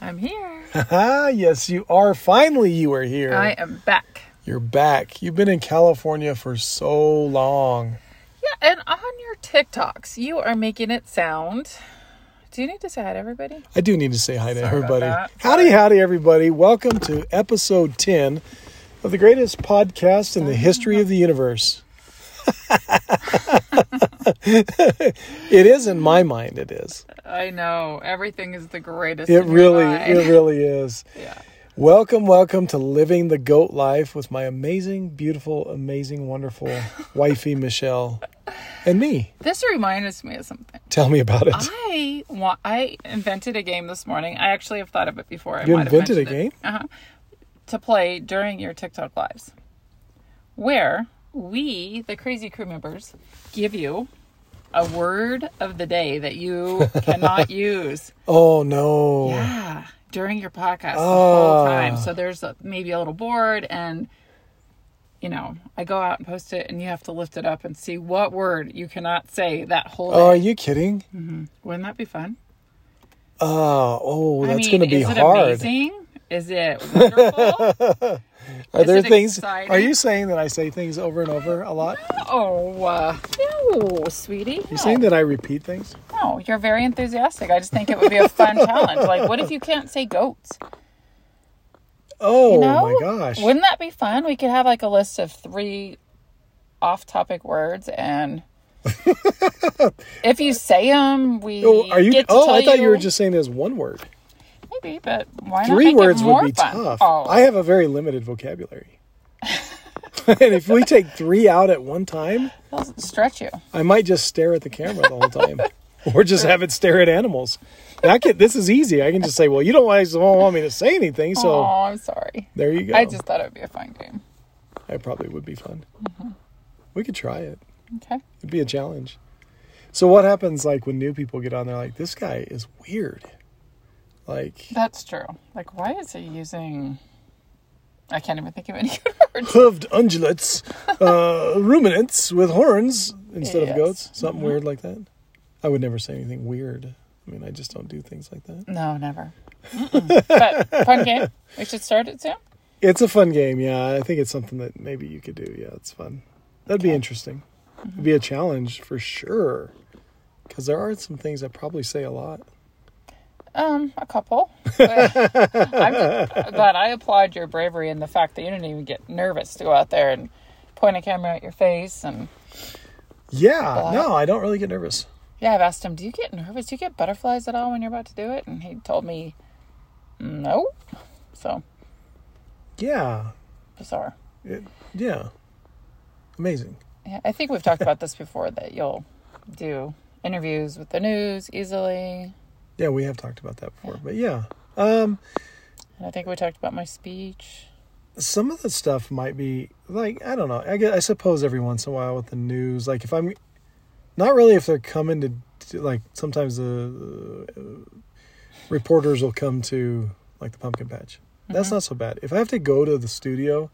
I'm here. yes, you are. Finally, you are here. I am back. You're back. You've been in California for so long. Yeah, and on your TikToks, you are making it sound. Do you need to say hi to everybody? I do need to say hi to about everybody. that. Howdy, howdy, everybody. Welcome to episode 10 of the greatest podcast in the history of the universe. it is in my mind, it is. I know everything is the greatest. It in your really, mind. it really is. yeah. Welcome, welcome to Living the Goat Life with my amazing, beautiful, amazing, wonderful wifey, Michelle, and me. This reminds me of something. Tell me about it. Uh-huh. I want. I invented a game this morning. I actually have thought of it before. I You might have invented a mentioned it. Uh-huh. To play during your TikTok lives, where we, the Crazy Crew members, give you a word of the day that you cannot use. Oh, no. Yeah, during your podcast the whole Ah. time. So there's a, maybe a little board, and you know, I go out and post it, and you have to lift it up and see what word you cannot say that whole day. Oh, are you kidding? Wouldn't that be fun? Oh, oh, that's I mean, going to be is it hard. amazing? Is it wonderful? Are Is there it things? exciting? Are you saying that I say things over and over a lot? oh, uh, no, sweetie. You're saying that I repeat things? No, you're very enthusiastic. I just think it would be a fun challenge. Like, what if you can't say goats? Oh You know? my gosh! Wouldn't that be fun? We could have like a list of three off topic words and if you say them, we oh, are you? get to Oh, tell I thought you were just saying there's one word. maybe, but why not Three make words it more would be fun? tough. Oh, I have a very limited vocabulary, and if we take three out at one time, it'll stretch you. I might just stare at the camera the whole time, or just have it stare at animals. And I can, this is easy. I can just say, "Well, you don't always don't want me to say anything," so oh, I'm sorry. there you go. I just thought it would be a fun game. I probably would be fun. Mm-hmm. We could try it. Okay. It'd be a challenge. So what happens like when new people get on? They're like, this guy is weird. Like That's true. Like, why is he using? I can't even think of any good words. hooved ungulates, uh, ruminants with horns instead Yes. of goats. Something weird like that. I would never say anything weird. I mean, I just don't do things like that. No, never. Mm-mm. but fun game. We should start it soon. It's a fun game. Yeah, I think it's something that maybe you could do. Yeah, it's fun. That'd be interesting. It'd be a challenge for sure. Because there are some things I probably say a lot. Um, a couple. But, I'm, but I applaud your bravery and the fact that you didn't even get nervous to go out there and point a camera at your face. And Yeah, no, I don't really get nervous. yeah, I've asked him, "Do you get nervous? Do you get butterflies at all when you're about to do it?" And he told me, "No." So Yeah, bizarre. It, yeah. Amazing. Yeah, I think we've talked about this before that you'll do interviews with the news easily. Yeah, we have talked about that before. But yeah. Um And I think we talked about my speech. some of the stuff might be like I don't know. I guess, I suppose every once in a while with the news like if I'm not really if they're coming to to- like sometimes the uh, reporters will come to like the pumpkin patch. That's not so bad. If I have to go to the studio,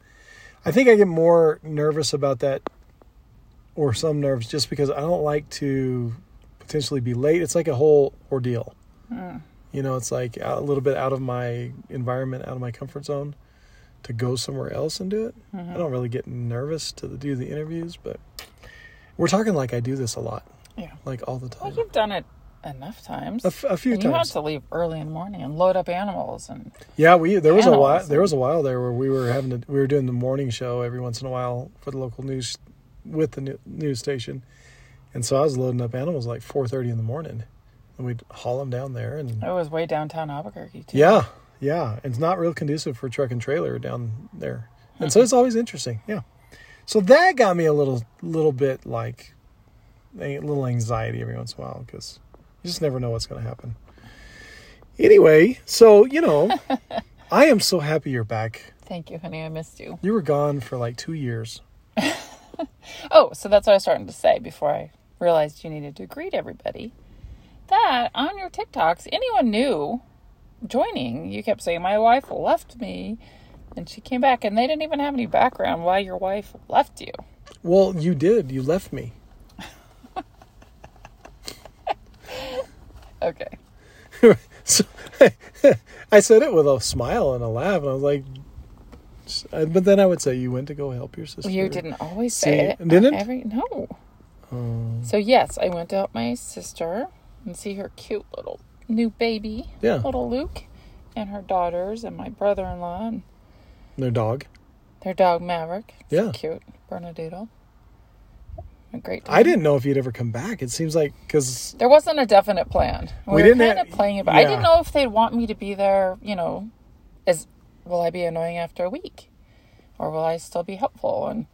I think I get more nervous about that or some nerves just because I don't like to potentially be late. It's like a whole ordeal. You know, it's like out- a little bit out of my environment, out of my comfort zone to go somewhere else and do it. Mm-hmm. I don't really get nervous to do the interviews, but we're talking like I do this a lot, Yeah. like all the Well, time. you've done it enough times. A, f- a few And you have times. to leave early in the morning and load up animals and Yeah, we there was a while Animals. there was a while there where we were having to, we were doing the morning show every once in a while for the local news with the new, news station, and so I was loading up animals like four thirty in the morning, and we'd haul them down there and It was way downtown Albuquerque too. yeah yeah it's not real conducive for truck and trailer down there, and Hmm. so it's always interesting yeah, so that got me a little little bit like a little anxiety every once in a while because you just never know what's going to happen. Anyway, so you know. I am so happy you're back. Thank you, honey. I missed you. You were gone for like two years. Oh, so that's what I was starting to say before I realized you needed to greet everybody. That on your TikToks, anyone new joining, you kept saying my wife left me, and she came back, and they didn't even have any background why your wife left you. Well, you did. You left me. Okay. So I said it with a smile and a laugh, and I was like, s- I- but then I would say you went to go help your sister. You didn't always See, say it. didn't? Every, no. Um, So yes, I went to help my sister and see her cute little new baby, yeah, little Luke, and her daughters and my brother-in-law and their dog. their dog Maverick. Yeah. cute Bernadoodle. A great. time. I didn't know if you'd ever come back. It seems like because There wasn't a definite plan. We, We were didn't kind have- of playing it, but I yeah. didn't know if they'd want me to be there. You know, as will I be annoying after a week, or will I still be helpful? And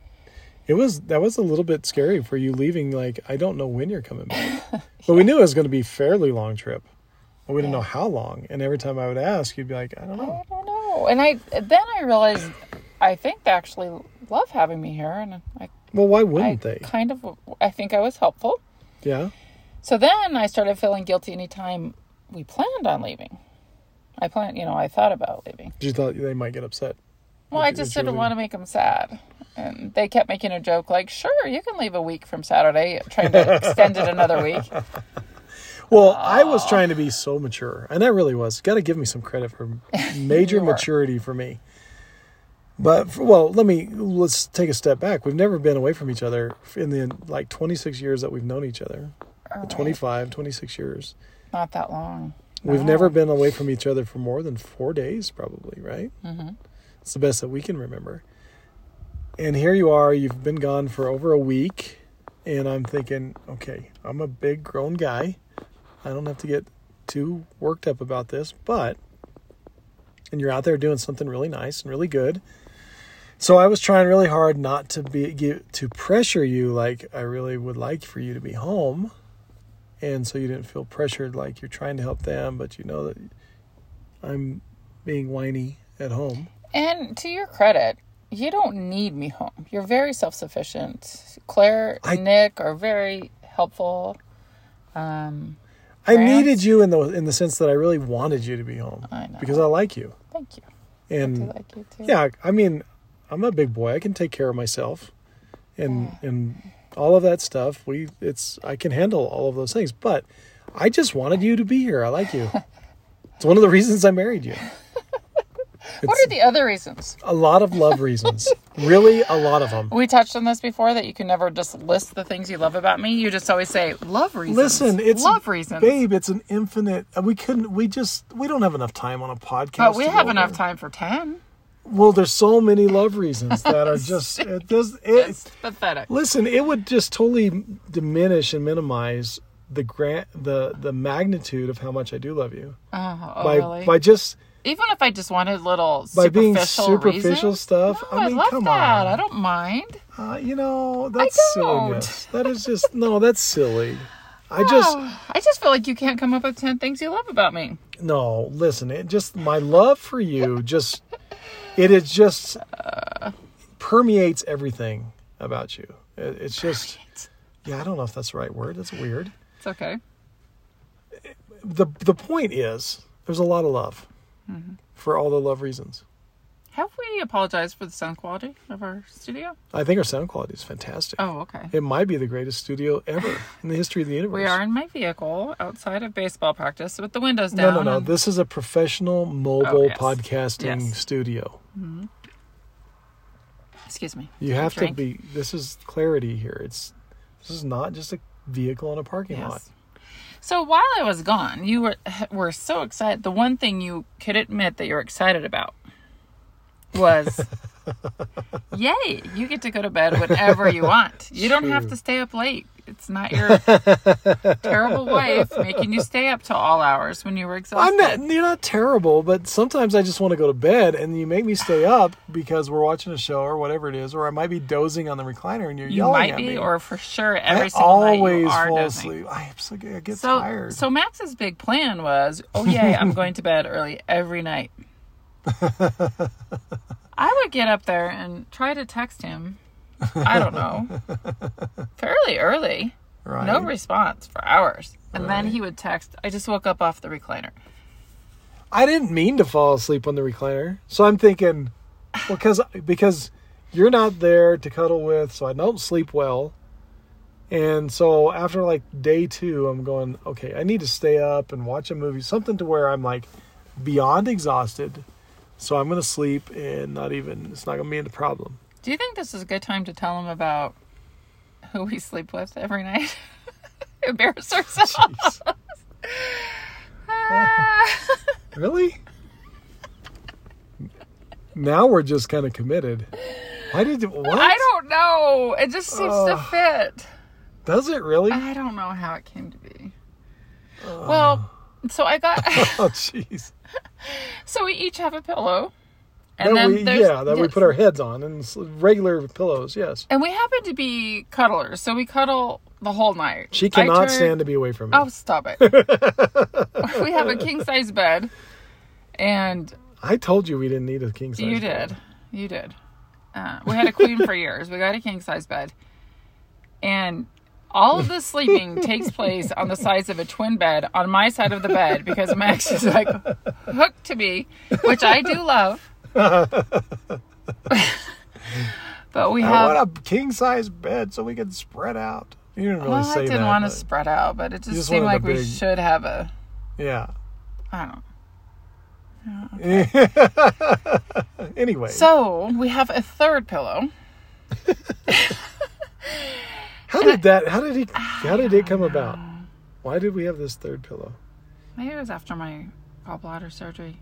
It was that was a little bit scary for you leaving. Like I don't know when you're coming back, but we knew it was going to be a fairly long trip, but we didn't know how long. And every time I would ask, you'd be like, I don't know. I don't know. And I then I realized I think they actually love having me here, and I Well, why I wouldn't they? kind of I think I was helpful. Yeah, So then I started feeling guilty anytime we planned on leaving. I planned, you know, I thought about leaving. 'Cause you thought they might get upset. Well, I It's- just it's didn't really- want to make them sad. And they kept making a joke like, "Sure, you can leave a week from Saturday," trying to extend it another week. Well, I was trying to be so mature, and I really was. Got to give me some credit for major You were. maturity for me. But for, well, let me let's take a step back. We've never been away from each other in the like 26 years that we've known each other. All right, 25, 26 years. Not that long. We've No. never been away from each other for more than four days, probably, right? Mm-hmm. It's the best that we can remember. And here you are, you've been gone for over a week. And I'm thinking, okay, I'm a big grown guy. I don't have to get too worked up about this, but, and you're out there doing something really nice and really good. So I was trying really hard not to be give, to pressure you like I really would like for you to be home and so you didn't feel pressured like you're trying to help them but you know that i'm being whiny at home And to your credit, you don't need me home. You're very self sufficient. Claire I- and Nick are very helpful. Um, i Perhaps. needed you in the in the sense that i really wanted you to be home I know. because i like you thank you. I do and like you too. Hmm. yeah i mean i'm a big boy i can take care of myself and and all of that stuff we it's i can handle all of those things but i just wanted you to be here i like you it's one of the reasons i married you What It's- are the other reasons? a lot of love reasons really a lot of them We touched on this before that you can never just list the things you love about me. You just always say love reasons. Listen, it's love reasons. babe. It's an infinite. uh, We couldn't. We just. We don't have enough time on a podcast. but we to go have enough over. time for ten. Well, there's so many love reasons that are just. It does. It, It's pathetic. listen, it would just totally diminish and minimize the grant the the magnitude of how much I do love you Oh, oh, by really? by just Even if I just wanted little by being superficial superficial reasons? stuff. No, I I, mean, love come that. I on. don't mind. Uh, you know that's don't. silliness. That is just no. That's silly. I just Oh, I just feel like you can't come up with ten things you love about me. no listen it just my love for you just it is just permeates everything about you it, it's just yeah i don't know if that's the right word that's weird It's okay. the the point is there's a lot of love Mm-hmm. for all the love reasons Have we apologized for the sound quality of our studio? i think our sound quality is fantastic Oh, okay. it might be the greatest studio ever in the history of the universe We are in my vehicle outside of baseball practice with the windows no down. no no and- this is a professional mobile yes. podcasting Yes. studio excuse me. You have Drink. to be. This is clarity here. It's this is not just a vehicle in a parking lot. Yes. So while I was gone, you were were so excited. The one thing you could admit that you're excited about was, yay! You get to go to bed whenever you want. You don't have True. to stay up late. It's not your terrible wife making you stay up till all hours when you were I'm exhausted. not. You're not terrible, but sometimes I just want to go to bed, and you make me stay up because we're watching a show or whatever it is, or I might be dozing on the recliner, and you're you yelling might at be, me. or for sure, every I single night always you are fall dozing. asleep. I, am so, I get So, tired. so Max's big plan was, oh yeah, I'm going to bed early every night. I would get up there and try to text him. I don't know, fairly early, right? no response for hours, and then Right. he would text, "I just woke up off the recliner." I didn't mean to fall asleep on the recliner, so I'm thinking, well, because because you're not there to cuddle with, so I don't sleep well, and so after like day two, I'm going, okay, I need to stay up and watch a movie, something to where I'm like, beyond exhausted. So I'm gonna sleep and not even it's not gonna be a problem. Do you think this is a good time to tell him about who we sleep with every night? Embarrass ourselves. Jeez. Ah. really? now we're just kind of committed. Why did what? I don't know. It just seems to Ugh. fit. Does it really? I don't know how it came to be. Well, so I got oh jeez. so we each have a pillow. That And then we there's yeah that we yes. put our heads on and s- regular pillows. Yes. And we happen to be cuddlers, so we cuddle the whole night. She I cannot turn- stand to be away from me. Oh, stop it. we have a king size bed. And I told you we didn't need a king size. you bed. did. You did. Uh, we had a queen for years. We got a king size bed. And all of the sleeping takes place on the sides of a twin bed on my side of the bed because Max is like hooked to me, which I do love. but we have. I want a king size bed so we can spread out. You didn't really well, say I didn't that. want to but- spread out, but it just, just seemed wanted like a we big- should have a. Yeah. I don't. Anyway. So we have a third pillow. how did that? How did he? How did it come about? Why did we have this third pillow? Maybe it was after my gallbladder surgery.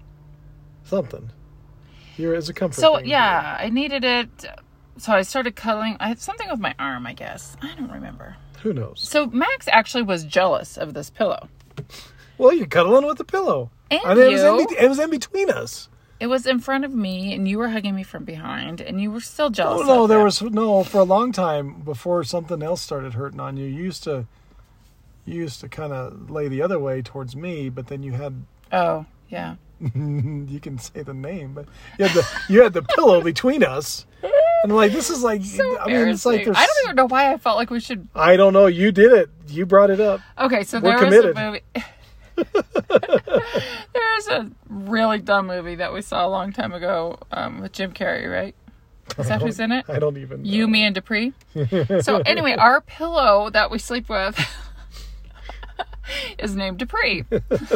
Something. Here is a comfort. So thing. yeah, I needed it. So I started cuddling. I had something with my arm, I guess. I don't remember. Who knows? So Max actually was jealous of this pillow. Well, you're cuddling with the pillow. And it, was in, you. be- it was in between us. It was in front of me, and you were hugging me from behind, and you were still jealous. Oh no, of there it. was no for a long time before something else started hurting on you. You used to, you used to kind of lay the other way towards me, but then you had Oh yeah. you can say the name, but you had the you had the pillow between us, and like this is like I mean it's like Embarrassing. there's I don't even know why I felt like we should. I don't know you did it you brought it up Okay, so We're there was a committed. movie. there was a really dumb movie that we saw a long time ago um, with Jim Carrey, right? Is that who's in it? I don't even know. You, me, and Dupree. so anyway, our pillow that we sleep with is named Dupree.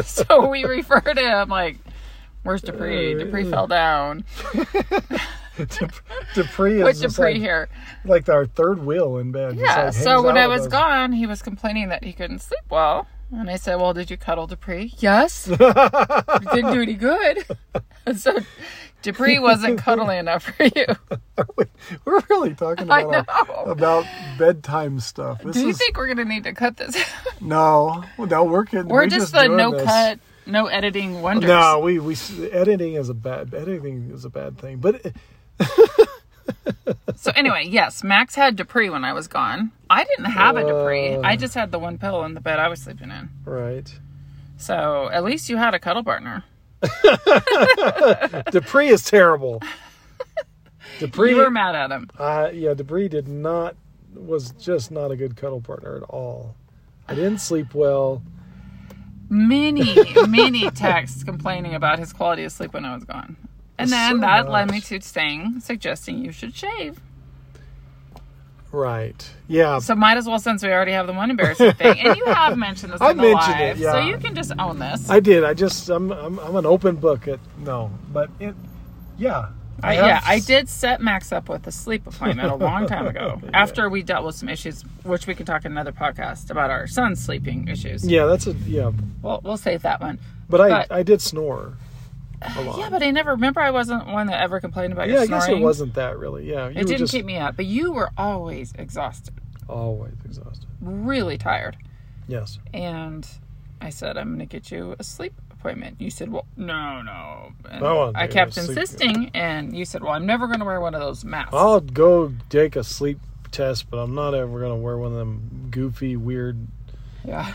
so we refer to him like, "Where's Oh, Dupree? Dupree fell down. Dupree Put is just Dupree like, here." like our third wheel in bed Just, Yeah. like, hangs so when out I with was us. gone, he was complaining that he couldn't sleep well. And I said, Well, did you cuddle Dupree? Yes. It didn't do any good. so Dupree wasn't cuddly enough for you. we're really talking I about our- know. about bedtime stuff this Do you is think we're going to need to cut this? no no we're kidding. We're We're just, the doing no this. cut, no editing wonders. no we we editing is a bad editing is a bad thing but So anyway, yes, Max had Dupree when I was gone. I didn't have a Dupree. Uh. I just had the one pillow in the bed I was sleeping in. right So at least you had a cuddle partner. Dupree is terrible. Dupree, You were mad at him. uh, yeah, Dupree did not was just not a good cuddle partner at all. I didn't sleep well. many, many texts complaining about his quality of sleep when I was gone. And then So that led me nice. to saying, suggesting you should shave. Right. Yeah. So might as well, since we already have the one embarrassing thing, and you have mentioned this. I in the mentioned it, live, So yeah. you can just own this. I did. I just I'm I'm, I'm an open book at no, but it yeah. I- have yeah, I s- did set Max up with a sleep appointment a long time ago. After we dealt with some issues, which we can talk in another podcast about our son's sleeping issues. Yeah, that's a yeah. Well, we'll save that one. But I But- I did snore a lot. Yeah, but I never remember. I wasn't one that ever complained about yeah, your I snoring. guess it wasn't that really. Yeah, you It were didn't just keep me up, but you were always exhausted, always exhausted. really tired. Yes. and I said, I'm going to get you a sleep appointment. You said, Well, no, no. And I wanna I do kept a sleep- insisting, and you said, Well, I'm never going to wear one of those masks. I'll go take a sleep test, but I'm not ever gonna wear one of them goofy, weird, Yeah.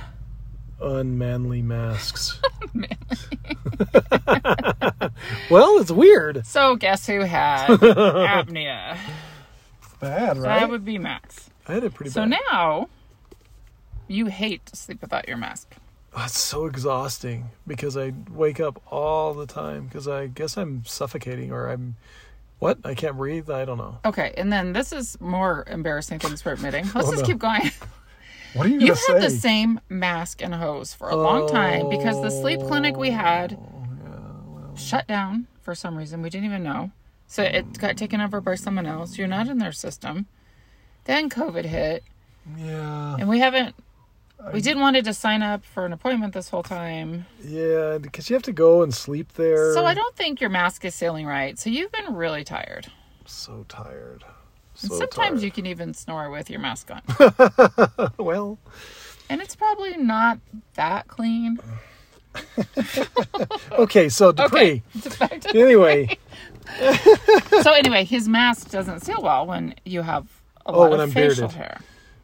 unmanly masks. well, it's weird. So, guess who had apnea? That Bad, right? would be Max. I had it pretty So bad. now you hate to sleep without your mask. Oh, it's so exhausting because I wake up all the time because I guess I'm suffocating or I'm what? I can't breathe. I don't know. Okay, and then this is more embarrassing things we're admitting. Let's Oh, just no. keep going. What are you You've gonna had the say? Oh, same mask and hose for a long time because the sleep clinic we had shut down for some reason. We didn't even know. So it got taken over by someone else. You're not in their system. Then COVID hit, Yeah. and we haven't. We did wanted to sign up for an appointment this whole time. Yeah, because you have to go and sleep there. So I don't think your mask is sailing right. So you've been really tired. So tired. And So sometimes you tired. can even snore with your mask on. Well, and it's probably not that clean. okay. So Dupree. Oh. Okay. it's back to- Anyway, so anyway, his mask doesn't seal well when you have a Oh, lot when of I'm facial bearded. hair.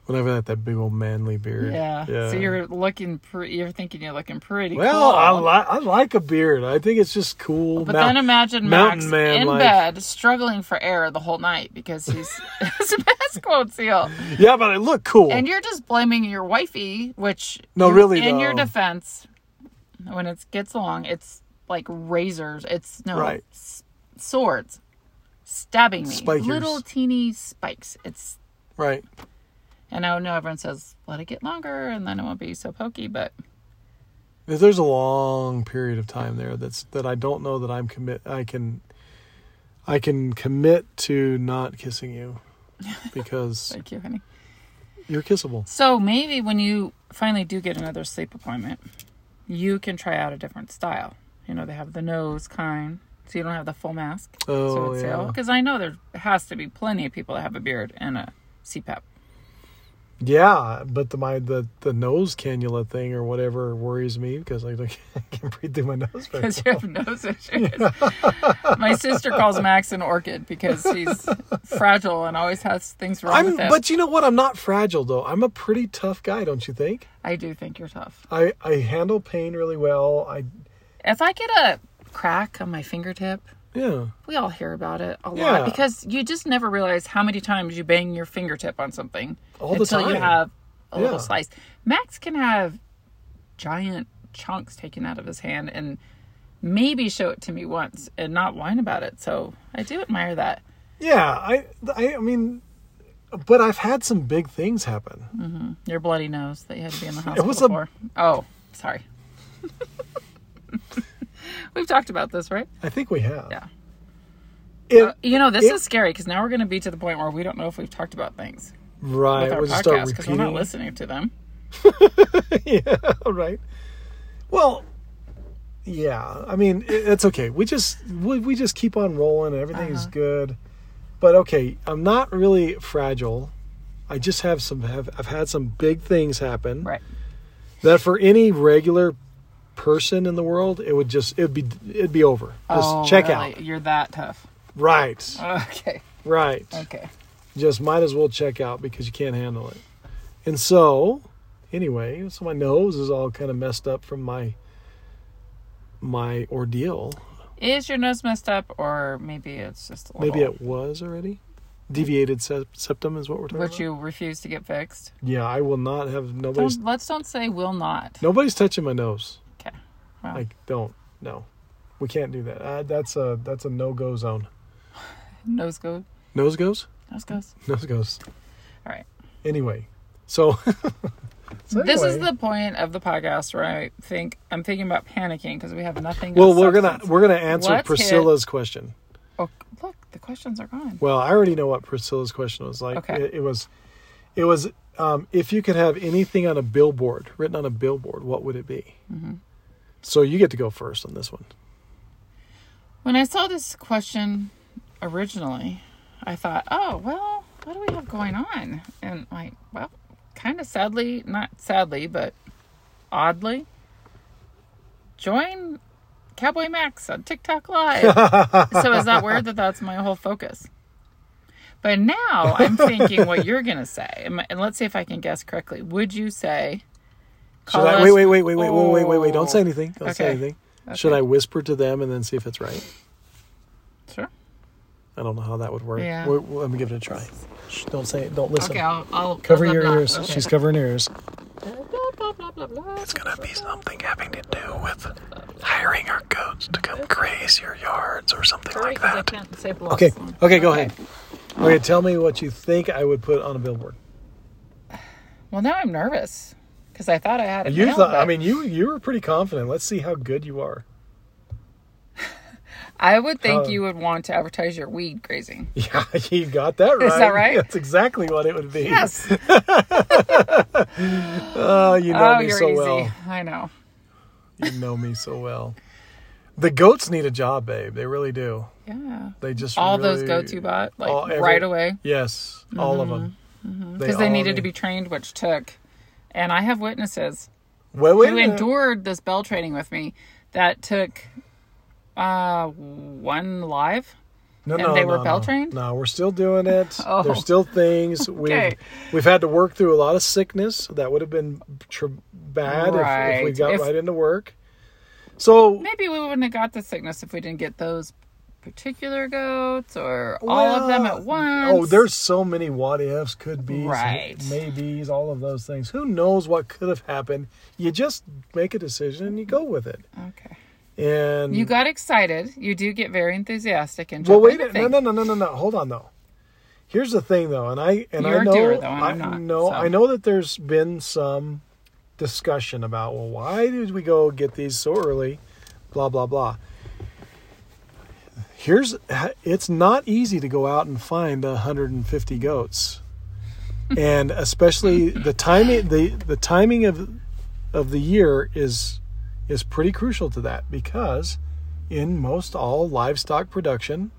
whenever that that big old manly beard. Yeah. So you're looking, pre- you're thinking you're looking pretty. cool. Well, I like I like a beard. I think it's just cool. But Now- then imagine Max Mountain Man in life. bed struggling for air the whole night because he's his mask won't seal, yeah, but it looked cool. and you're just blaming your wifey. Which No, you- really, in your though. defense, when it gets long, it's like razors. It's no Right. s- swords stabbing me, Spikers. little teeny spikes. It's right. and I know everyone says let it get longer and then it won't be so pokey, but There- There's a long period of time there that's that I don't know that I'm commit. I can, I can commit to not kissing you, because thank you, honey. you're kissable. So maybe when you finally do get another sleep appointment, you can try out a different style. You know, they have the nose kind, so you don't have the full mask. so Oh, yeah. Because I know there has to be plenty of people that have a beard and a CPAP. Yeah, but the my the the nose cannula thing or whatever worries me because I, don't- I can't breathe through my nose. very Because you have nose issues. My sister calls Max an orchid because he's fragile and always has things wrong I'm, with him. but you know what? I'm not fragile though. I'm a pretty tough guy, don't you think? I do think you're tough. I I handle pain really well. I If I get a crack on my fingertip, yeah. we all hear about it a Yeah. lot because you just never realize how many times you bang your fingertip on something All the until you time. have a Yeah. little slice. Max can have giant chunks taken out of his hand and maybe show it to me once and not whine about it. So I do admire that. Yeah, I, I, I mean, but I've had some big things happen. Your bloody nose that you had to be in the hospital was a- for. Oh, sorry. We've talked about this, right? I think we have. Yeah. It- Uh, you know, this it- is scary because now we're going to be to the point where we don't know if we've talked about things right. with our We'll just podcast start because we're not repeating. listening to them. yeah. Right. Well. Yeah. I mean, it, it's okay. We just we, we just keep on rolling. and Everything is good. But okay, I'm not really fragile. I just have some. Have I've had some big things happen Right. that for any regular person in the world, it would just it'd be it'd be over. Just Oh, check out. You're that tough. Right. Okay. Right. Okay. just might as well check out because you can't handle it. And so, anyway, so my nose is all kind of messed up from my my ordeal. Is your nose messed up, or maybe it's just a little, Maybe it was already deviated sep- septum is what we're talking which about. you refuse to get fixed? yeah, I will not have nobody's Don't, let's don't say will not. nobody's touching my nose. Okay. Well, Like, don't no, we can't do that. Uh, that's a that's a no go zone. nose goes. Nose goes, Nose goes. nose goes. All right. Anyway, so, so This is anyway. the point of the podcast where I think I'm thinking about panicking because we have nothing. well. of We're gonna substance. we're gonna answer Let's hit- Priscilla's question. Oh, look, the questions are gone. Well, I already know what Priscilla's question was like. Okay. It, it was, it was, um, if you could have anything on a billboard written on a billboard, what would it be? Mm-hmm. So you get to go first on this one. When I saw this question originally, I thought, oh, well, what do we have going on? And like, well, kind of sadly, not sadly, but oddly, join Cowboy Max on TikTok Live. so is that weird that that's my whole focus? But now I'm thinking what you're going to say. And my- and let's see if I can guess correctly. Would you say, Should I, us- wait, wait, wait, wait, wait, wait, wait, wait, wait. Don't say Oh. anything. Don't say Okay. anything. Should I whisper to them and then see if it's right? Sure. I don't know how that would work. Yeah. Wait, wait, let me give it a try. Shh, don't say it. Don't listen. Okay, I'll, I'll Cover blah, your blah, blah. ears. Okay. She's covering her ears. Blah, blah, blah, blah, blah. It's gonna be something having to do with hiring our goats to come graze your yards or something Sorry, like 'cause I that. can't say blocks. Okay. Okay. Go ahead. Okay. Tell me what you think I would put on a billboard. Well, now I'm nervous because I thought I had it. You nailed, thought. I but- mean, you you were pretty confident. Let's see how good you are. I would think How- you would want to advertise your weed grazing. Yeah, you got that right. Is that right? That's exactly what it would be. Yes. Oh, you know oh, me you're so easy. well. I know. You know me so well. The goats need a job, babe. They really do. Yeah. They just All those really- goats you bought, like all- every- right away, Yes, all of them. because they needed to be trained, which took. And I have witnesses well, wait a who minute. endured this bell training with me that took uh one live. No, and they were bell trained? No, we're still doing it. Oh. There's still things we've Okay. we've had to work through a lot of sickness that would have been tr- bad if, if we Right. got If- right into work. So Maybe we wouldn't have got the sickness if we didn't get those particular goats or all of them Well, at once. Oh, there's so many what ifs, could be, Right. maybes, all of those things. Who knows what could have happened? You just make a decision and you go with it. okay. And You got excited. You do get very enthusiastic and Mm. well, jump wait, into a- no, things. no, no, no, no, no. Hold on though. Here's the thing though, and I and You're I a know doer, though, and I I'm not, know so. I know that there's been some discussion about well, why did we go get these so early? Blah blah blah. Here's it's not easy to go out and find the 150 goats, and especially the timing the the timing of of the year is is pretty crucial to that because in most all livestock production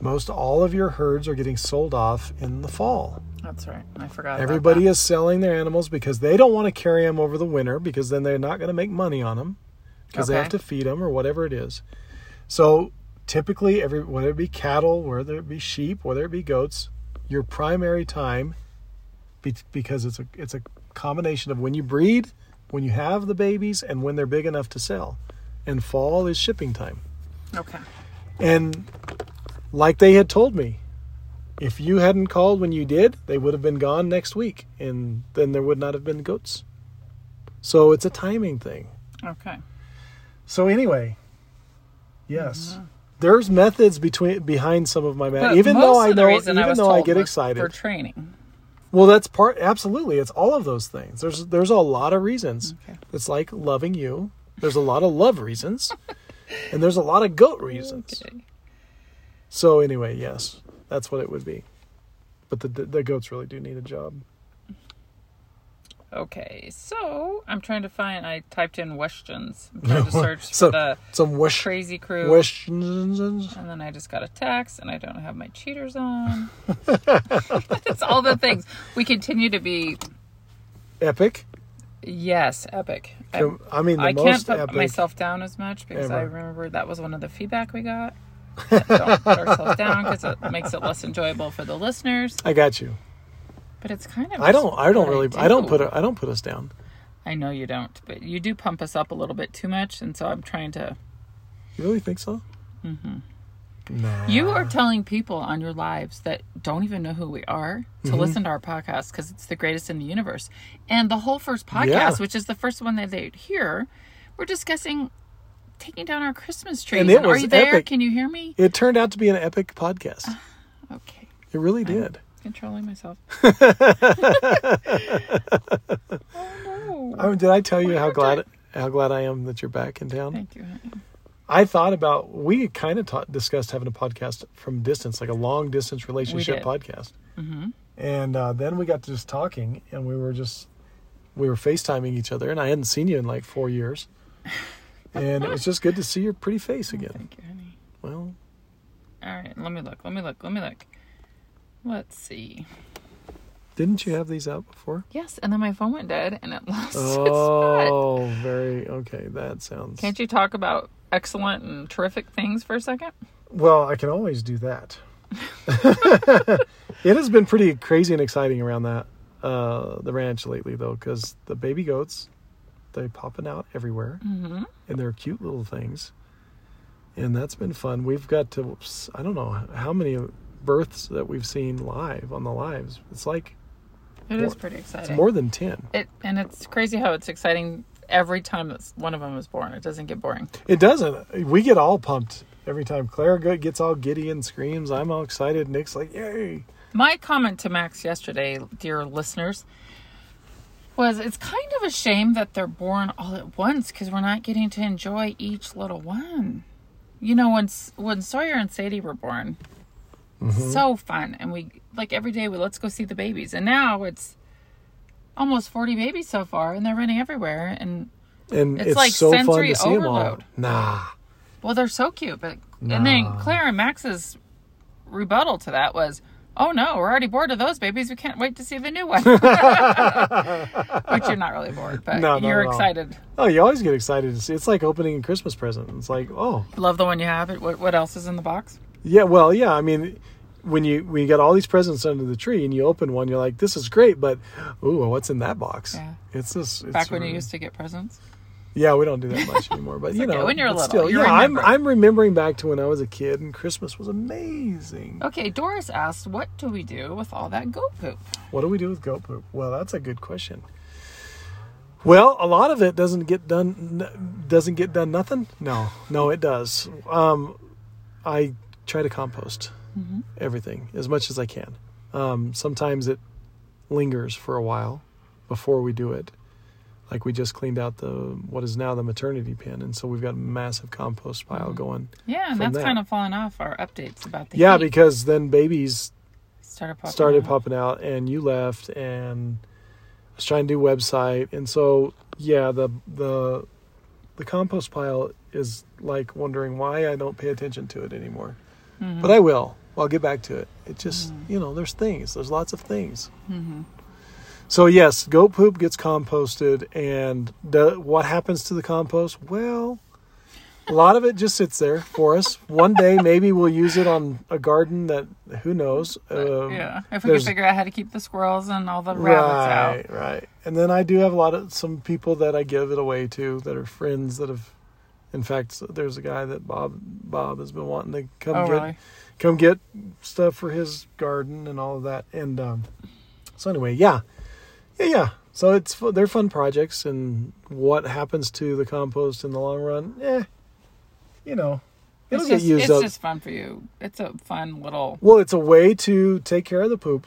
most all of your herds are getting sold off in the fall. That's right. I forgot. about Everybody that. is selling their animals because they don't want to carry them over the winter because then they're not going to make money on them because they Okay. have to feed them or whatever it is. So typically, every whether it be cattle, whether it be sheep, whether it be goats, your primary time, be, because it's a it's a combination of when you breed, when you have the babies, and when they're big enough to sell. And fall is shipping time. Okay. And like they had told me, if you hadn't called when you did, they would have been gone next week, and then there would not have been goats. So it's a timing thing. Okay. So anyway, yes, there's methods between behind some of my math. Even though most I of the know, reason even was though I told get was excited, for training. well, that's part. Absolutely, it's all of those things. There's there's a lot of reasons. Okay. It's like loving you. There's a lot of love reasons, and there's a lot of goat reasons. Okay. So anyway, yes, that's what it would be. But the the, the goats really do need a job. Okay, so I'm trying to find. I typed in questions. I'm trying to search So for the some wish Uh, crazy crew, questions. and then I just got a text, and I don't have my cheaters on. it's all the things we continue to be. Epic. Yes, epic. I, Um, I mean, the I can't most put epic. myself down as much because I ever. remember that was one of the feedback we got. don't put ourselves down because it makes it less enjoyable for the listeners. I got you. But it's kind of I don't. I don't what really. I don't do. put. I don't put us down. I know you don't, but you do pump us up a little bit too much, and so I'm trying to. You really think so? Mm-hmm. Nah. You are telling people on your lives that don't even know who we are to Mm-hmm. listen to our podcast because it's the greatest in the universe. And the whole first podcast, Yeah. which is the first one that they hear, we're discussing taking down our Christmas trees. And it are was you there? epic. Can you hear me? It turned out to be an epic podcast. Okay. It really did. Controlling myself. Oh, I mean, did I tell you how glad how glad I am that you're back in town? Thank you. honey. I thought about we kind of taught, discussed having a podcast from distance, like a long distance relationship did. Mm-hmm. podcast. And uh, then we got to just talking, and we were just we were FaceTiming each other, and I hadn't seen you in like four years, and it was just good to see your pretty face again. Thank you, honey. Well, All right. Let me look. Let me look. Let me look. Let's see. didn't you have these out before? Yes, and then my phone went dead and it lost its spot. Oh, very okay. That sounds. Can't you talk about excellent and terrific things for a second? Well, I can always do that. it has been pretty crazy and exciting around that uh, the ranch lately, though, because the baby goats they're popping out everywhere, and they're cute little things, and that's been fun. We've got to I don't know how many births that we've seen live on the lives. It's like It More- is pretty exciting. it's more than ten. it and it's crazy how it's exciting every time that one of them is born. It doesn't get boring. It doesn't. We get all pumped every time Claire go- gets all giddy and screams. I'm all excited. Nick's like, "Yay!" My comment to Max yesterday, dear listeners, was it's kind of a shame that they're born all at once because we're not getting to enjoy each little one. You know, when S- when Sawyer and Sadie were born, so fun, and we like every day we let's go see the babies, and now it's almost forty babies so far, and they're running everywhere, and and It's it's, like so fun sensory to see them all. overload. Nah, well, they're so cute, but and then Claire and Max's rebuttal to that was. Oh no, we're already bored of those babies. We can't wait to see the new one. Which you're not really bored, but No, not you're at all. excited. oh, you always get excited to see. It's like opening a Christmas present. It's like, oh, Love the one you have. It- What, what else is in the box? Yeah, well, yeah. I mean, when you when you got all these presents under the tree and you open one, you're like, "This is great," but ooh, what's in that box? Yeah. It's this. It's Back when you used to get presents. Yeah, we don't do that much anymore. But you okay, know, when you're but little, still, you yeah, I'm remember. I'm remembering back to when I was a kid and Christmas was amazing. Okay, Doris asked, "What do we do with all that goat poop?" What do we do with goat poop? Well, that's a good question. Well, a lot of it doesn't get done. n- Doesn't get done. Nothing. No, no, it does. Um, I try to compost Mm-hmm. everything as much as I can. Um, sometimes it lingers for a while before we do it. Like we just cleaned out the what is now the maternity pen, and so we've got a massive compost pile going. Yeah, and From that's that. kind of fallen off our updates about Mm-hmm. the Yeah, heat. because then babies started popping started up. popping out and you left and I was trying to do website and so yeah the the the compost pile is like wondering why I don't pay attention to it anymore. Mm-hmm. But I will. I'll get back to it. It just, you know, there's things. There's lots of things. Mm-hmm. So yes, goat poop gets composted and the, what happens to the compost? Well, a lot of it just sits there for us. One day, maybe we'll use it on a garden that who knows. Uh, yeah, if we could there's- figure out how to keep the squirrels and all the rabbits out. right, right. And then I do have a lot of some people that I give it away to that are friends that have. In fact, there's a guy that Bob Bob has been wanting to come Oh, get really? come get stuff for his garden and all of that. And um, so anyway, yeah, yeah, yeah. So it's fu- they're fun projects, and what happens to the compost in the long run? Eh, you know, it'll It's get just, used it's up. just fun for you. It's a fun little. Well, it's a way to take care of the poop,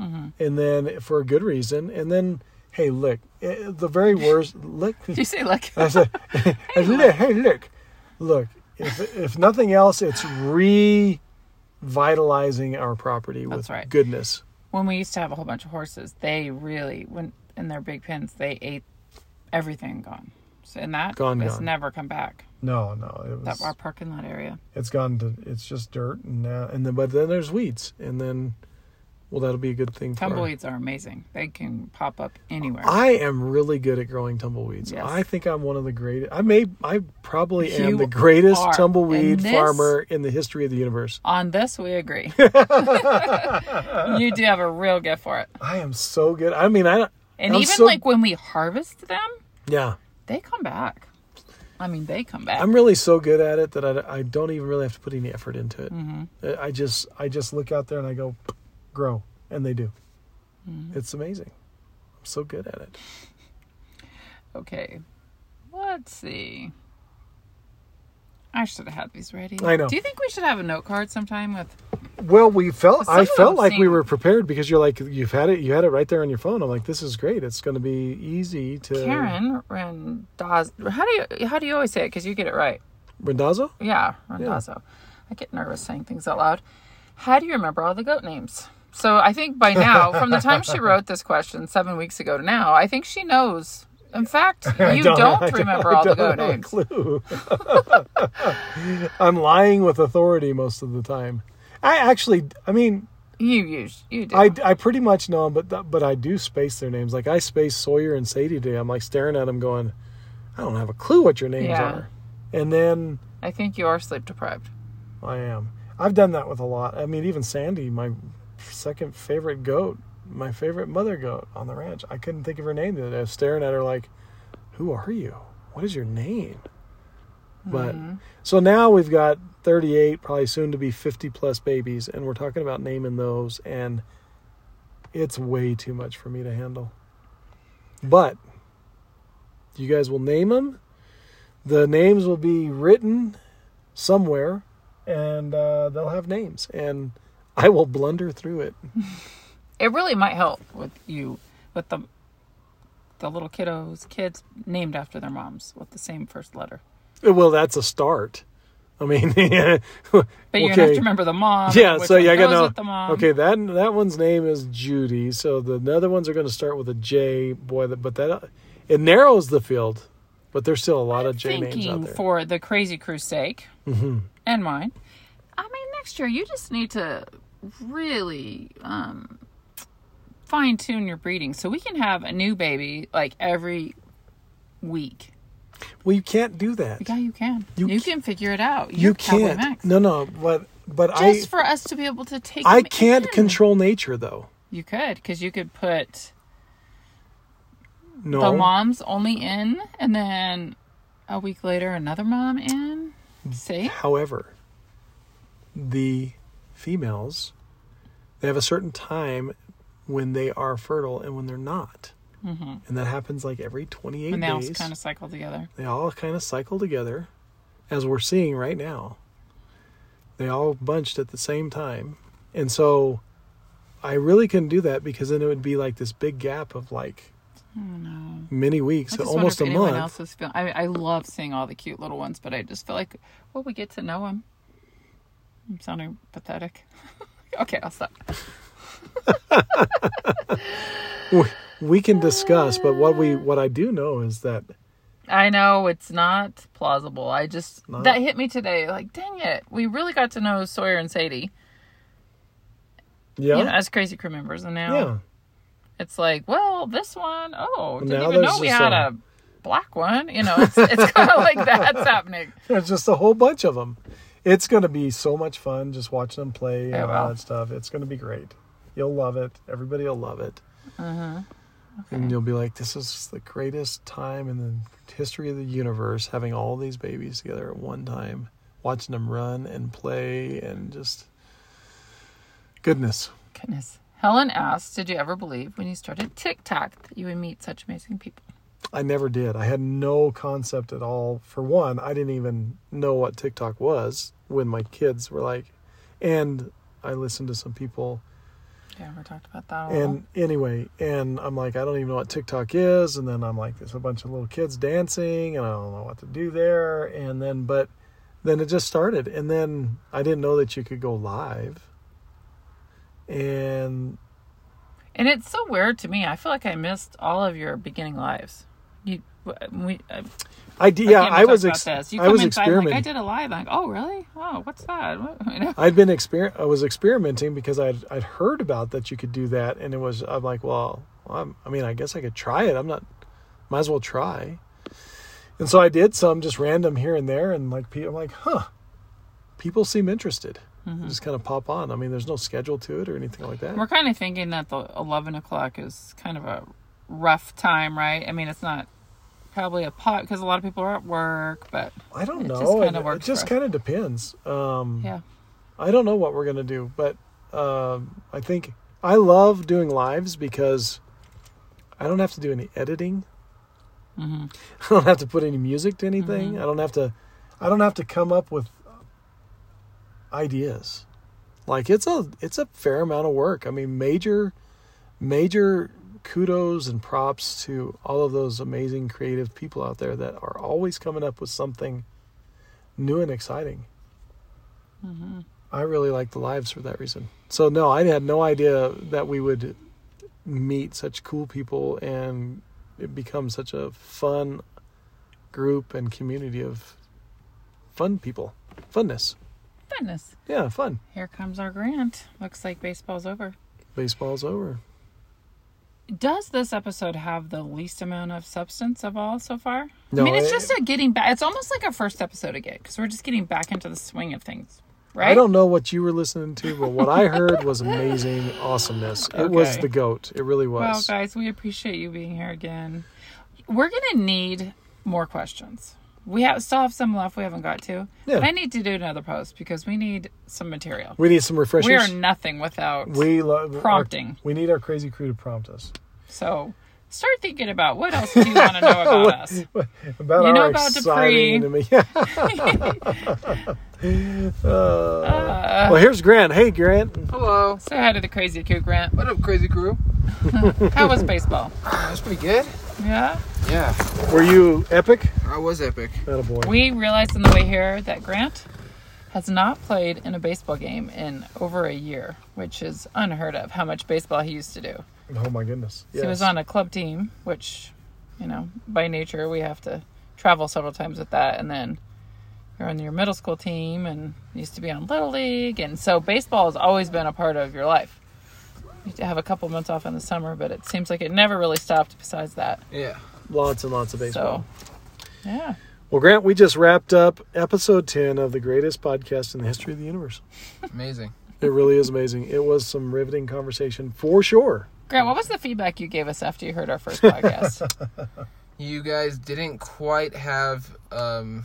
Mm-hmm. and then for a good reason. And then, hey, look, eh, the very worst. Look, Do you say like? I said, I said, look, hey, look, look. If if nothing else, it's revitalizing our property with That's right. goodness. when we used to have a whole bunch of horses, they really went in their big pens. They ate everything gone. So and that Gone, has gone. never come back. No, no, it That was. our parking lot area. It's gone to. It's just dirt, and now and then, but then there's weeds, and then, well, that'll be a good thing. for- Tumbleweeds are amazing. They can pop up anywhere. I am really good at growing tumbleweeds. Yes. I think I'm one of the greatest. I may, I probably am You the greatest are. tumbleweed And this- farmer in the history of the universe. On this, we agree. you do have a real gift for it. I am so good. I mean, I don't. And I'm even so- like when we harvest them, yeah, they come back. I mean, they come back. I'm really so good at it that I, I don't even really have to put any effort into it. Mm-hmm. I- I just, I just look out there and I go, grow, and they do. Mm-hmm. It's amazing. I'm so good at it. Okay. Let's see. I should have had these ready. I know. Do you think we should have a note card sometime with Well, we felt Some I of them felt like we seem- were prepared because you're like you've had it you had it right there on your phone. I'm like this is great. It's going to be easy to Karen Rendaz? How do you how do you always say it? Because you get it right. Rendazzo? Yeah, Rendazzo. I get nervous saying things out loud. How do you remember all the goat names? So I think by now, from the time she wrote this question seven weeks ago to now, I think she knows. In fact, you don't, remember all the goat names. clue. I'm lying with authority most of the time. I actually, I mean, You use you do. I, I pretty much know them, but th- but I do space their names. Like I space Sawyer and Sadie today. I'm like staring at them, going, I don't have a clue what your names Yeah. are. And then I think you are sleep deprived. I am. I've done that with a lot. I mean, even Sandy, my second favorite goat, my favorite mother goat on the ranch. I couldn't think of her name the other day. I was staring at her like, "Who are you? What is your name?" But so now we've got 38, probably soon to be 50 plus babies, and we're talking about naming those, and it's way too much for me to handle. But you guys will name them. The names will be written somewhere and uh, they'll have names and i will blunder through it It really might help with you with the the little kiddos, kids named after their moms with the same first letter. well that's a start I mean, But you have to remember the mom. Yeah, which so one yeah, I goes got with the mom. no. Okay, that that one's name is Judy. So the, the other ones are going to start with a J. Boy, that but that it narrows the field, but there's still a lot of J names out Thinking there. Mm-hmm. for the Crazy Crew's sake and mine. I mean, next year you just need to really um, fine tune your breeding so we can have a new baby like every week. well, you can't do that. Yeah, you can. You You, can figure it out. You're You Cowboy can't. Max. No, no, but but just I for us to be able to take. I him can't in. control nature though. You could, because you could put No, the moms only in, and then a week later another mom in. See, However, the females, they have a certain time when they are fertile and when they're not. And that happens like every 28 Mm-hmm. and they all days. kind of cycle together. they all kind of cycle together, as we're seeing right now. They all bunched at the same time. And so I really couldn't do that because then it would be like this big gap of like many weeks, I just almost a wonder if anyone month. else is feeling. I, I love seeing all the cute little ones, but I just feel like, well, we get to know them. I'm sounding pathetic. okay, I'll stop. We- We can discuss, but what we what I do know is that I know it's not plausible. I just Not- that hit me today. Like, dang it, we really got to know Sawyer and Sadie, yeah, you know, as Crazy Crew members, and now yeah. it's like, well, this one, oh, didn't Now even there's know we just had a- a black one. You know, it's, it's kind of like that's happening. There's just a whole bunch of them. It's going to be so much fun just watching them play and It all will. that stuff. It's going to be great. You'll love it. Everybody will love it. And you'll be like, this is the greatest time in the history of the universe having all these babies together at one time, watching them run and play and just goodness. Goodness. Helen asks, "Did you ever believe when you started TikTok that you would meet such amazing people?" I never did. I had no concept at all. For one, I didn't even know what TikTok was when my kids were like, and I listened to some people Yeah, we talked about that. A lot. And anyway, and I'm like, I don't even know what TikTok is. And then I'm like, there's a bunch of little kids dancing, and I don't know what to do there. And then, but then it just started. And then I didn't know that you could go live. And And it's so weird to me. I feel like I missed all of your beginning lives. You, we, I, I did, yeah, can't even I talk was, about ex- this. You I was come inside, I'm experimenting. Like, I did a live. I'm like, oh really? Oh, what's that? What- you know? I'd been exper- I was experimenting because I'd I'd heard about that you could do that, and it was I'm like, well, I'm, I mean, I guess I could try it. I'm not, might as well try. And so I did some just random here and there, and like pe- I'm like, huh, people seem interested. Mm-hmm. Just kind of pop on. I mean, there's no schedule to it or anything like that. We're kind of thinking that the 11 o'clock is kind of a rough time, right? I mean, it's not probably a pot because a lot of people are at work, but I don't It know. just kinda and works It just for kind of depends. Um, yeah. I don't know what we're gonna do, but um, I think I love doing lives because I don't have to do any editing. I don't have to put any music to anything. I don't have to. I don't have to come up with ideas. Like it's a it's a fair amount of work. I mean, major major kudos and props to all of those amazing creative people out there that are always coming up with something new and exciting. I really like the lives for that reason. So no, I had no idea that we would meet such cool people and it become such a fun group and community of fun people. Funness. Goodness. Yeah, fun. Here comes our grant. Looks like baseball's over. Baseball's over. Does this episode have the least amount of substance of all so far? No, I mean, it's I- just a getting back. It's almost like our first episode again because we're just getting back into the swing of things, right? I don't know what you were listening to, but what I heard was amazing awesomeness. It was Okay. the goat. It really Well, was. guys, we appreciate you being here again. We're gonna need more questions. We have still have some left we haven't got to. Yeah. I need to do another post because we need some material. we need some refreshers. We are nothing without. we love prompting. we need our crazy crew to prompt us so start thinking about what else do you want to know about us. about You know our about exciting. Dupree. Uh. Yeah. Uh, well, here's Grant. Hey, Grant. Hello. Say hi to the crazy crew, Grant. What up, crazy crew? How was baseball? Uh, That's pretty good. Yeah. Yeah, Were you epic? I was epic. That boy. We realized on the way here that Grant has not played in a baseball game in over a year, which is unheard of how much baseball he used to do. Oh my goodness. He was on a club team, which, you know, by nature we have to travel several times with that, and then you're on your middle school team, and used to be on little league, and so baseball has always been a part of your life. You have a couple months off in the summer, but it seems like it never really stopped. Besides that, Yeah. Lots and lots of baseball. so yeah, Well, Grant, we just wrapped up episode 10 of the greatest podcast in the history of the universe. Amazing. It really is amazing. It was some riveting conversation for sure. Grant, what was the feedback you gave us after you heard our first podcast? You guys didn't quite have um,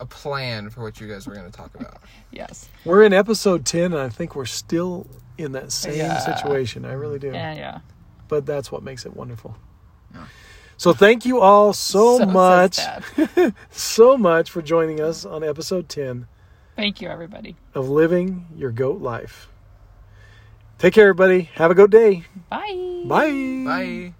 a plan for what you guys were going to talk about. yes, We're in episode 10, and I think we're still in that same Yeah. situation. I really do. yeah, yeah. But that's what makes it wonderful. So, thank you all so, so much, sad. so much for joining us on episode 10 Thank you, everybody. of Living Your Goat Life. Take care, everybody. Have a good day. Bye. Bye. Bye.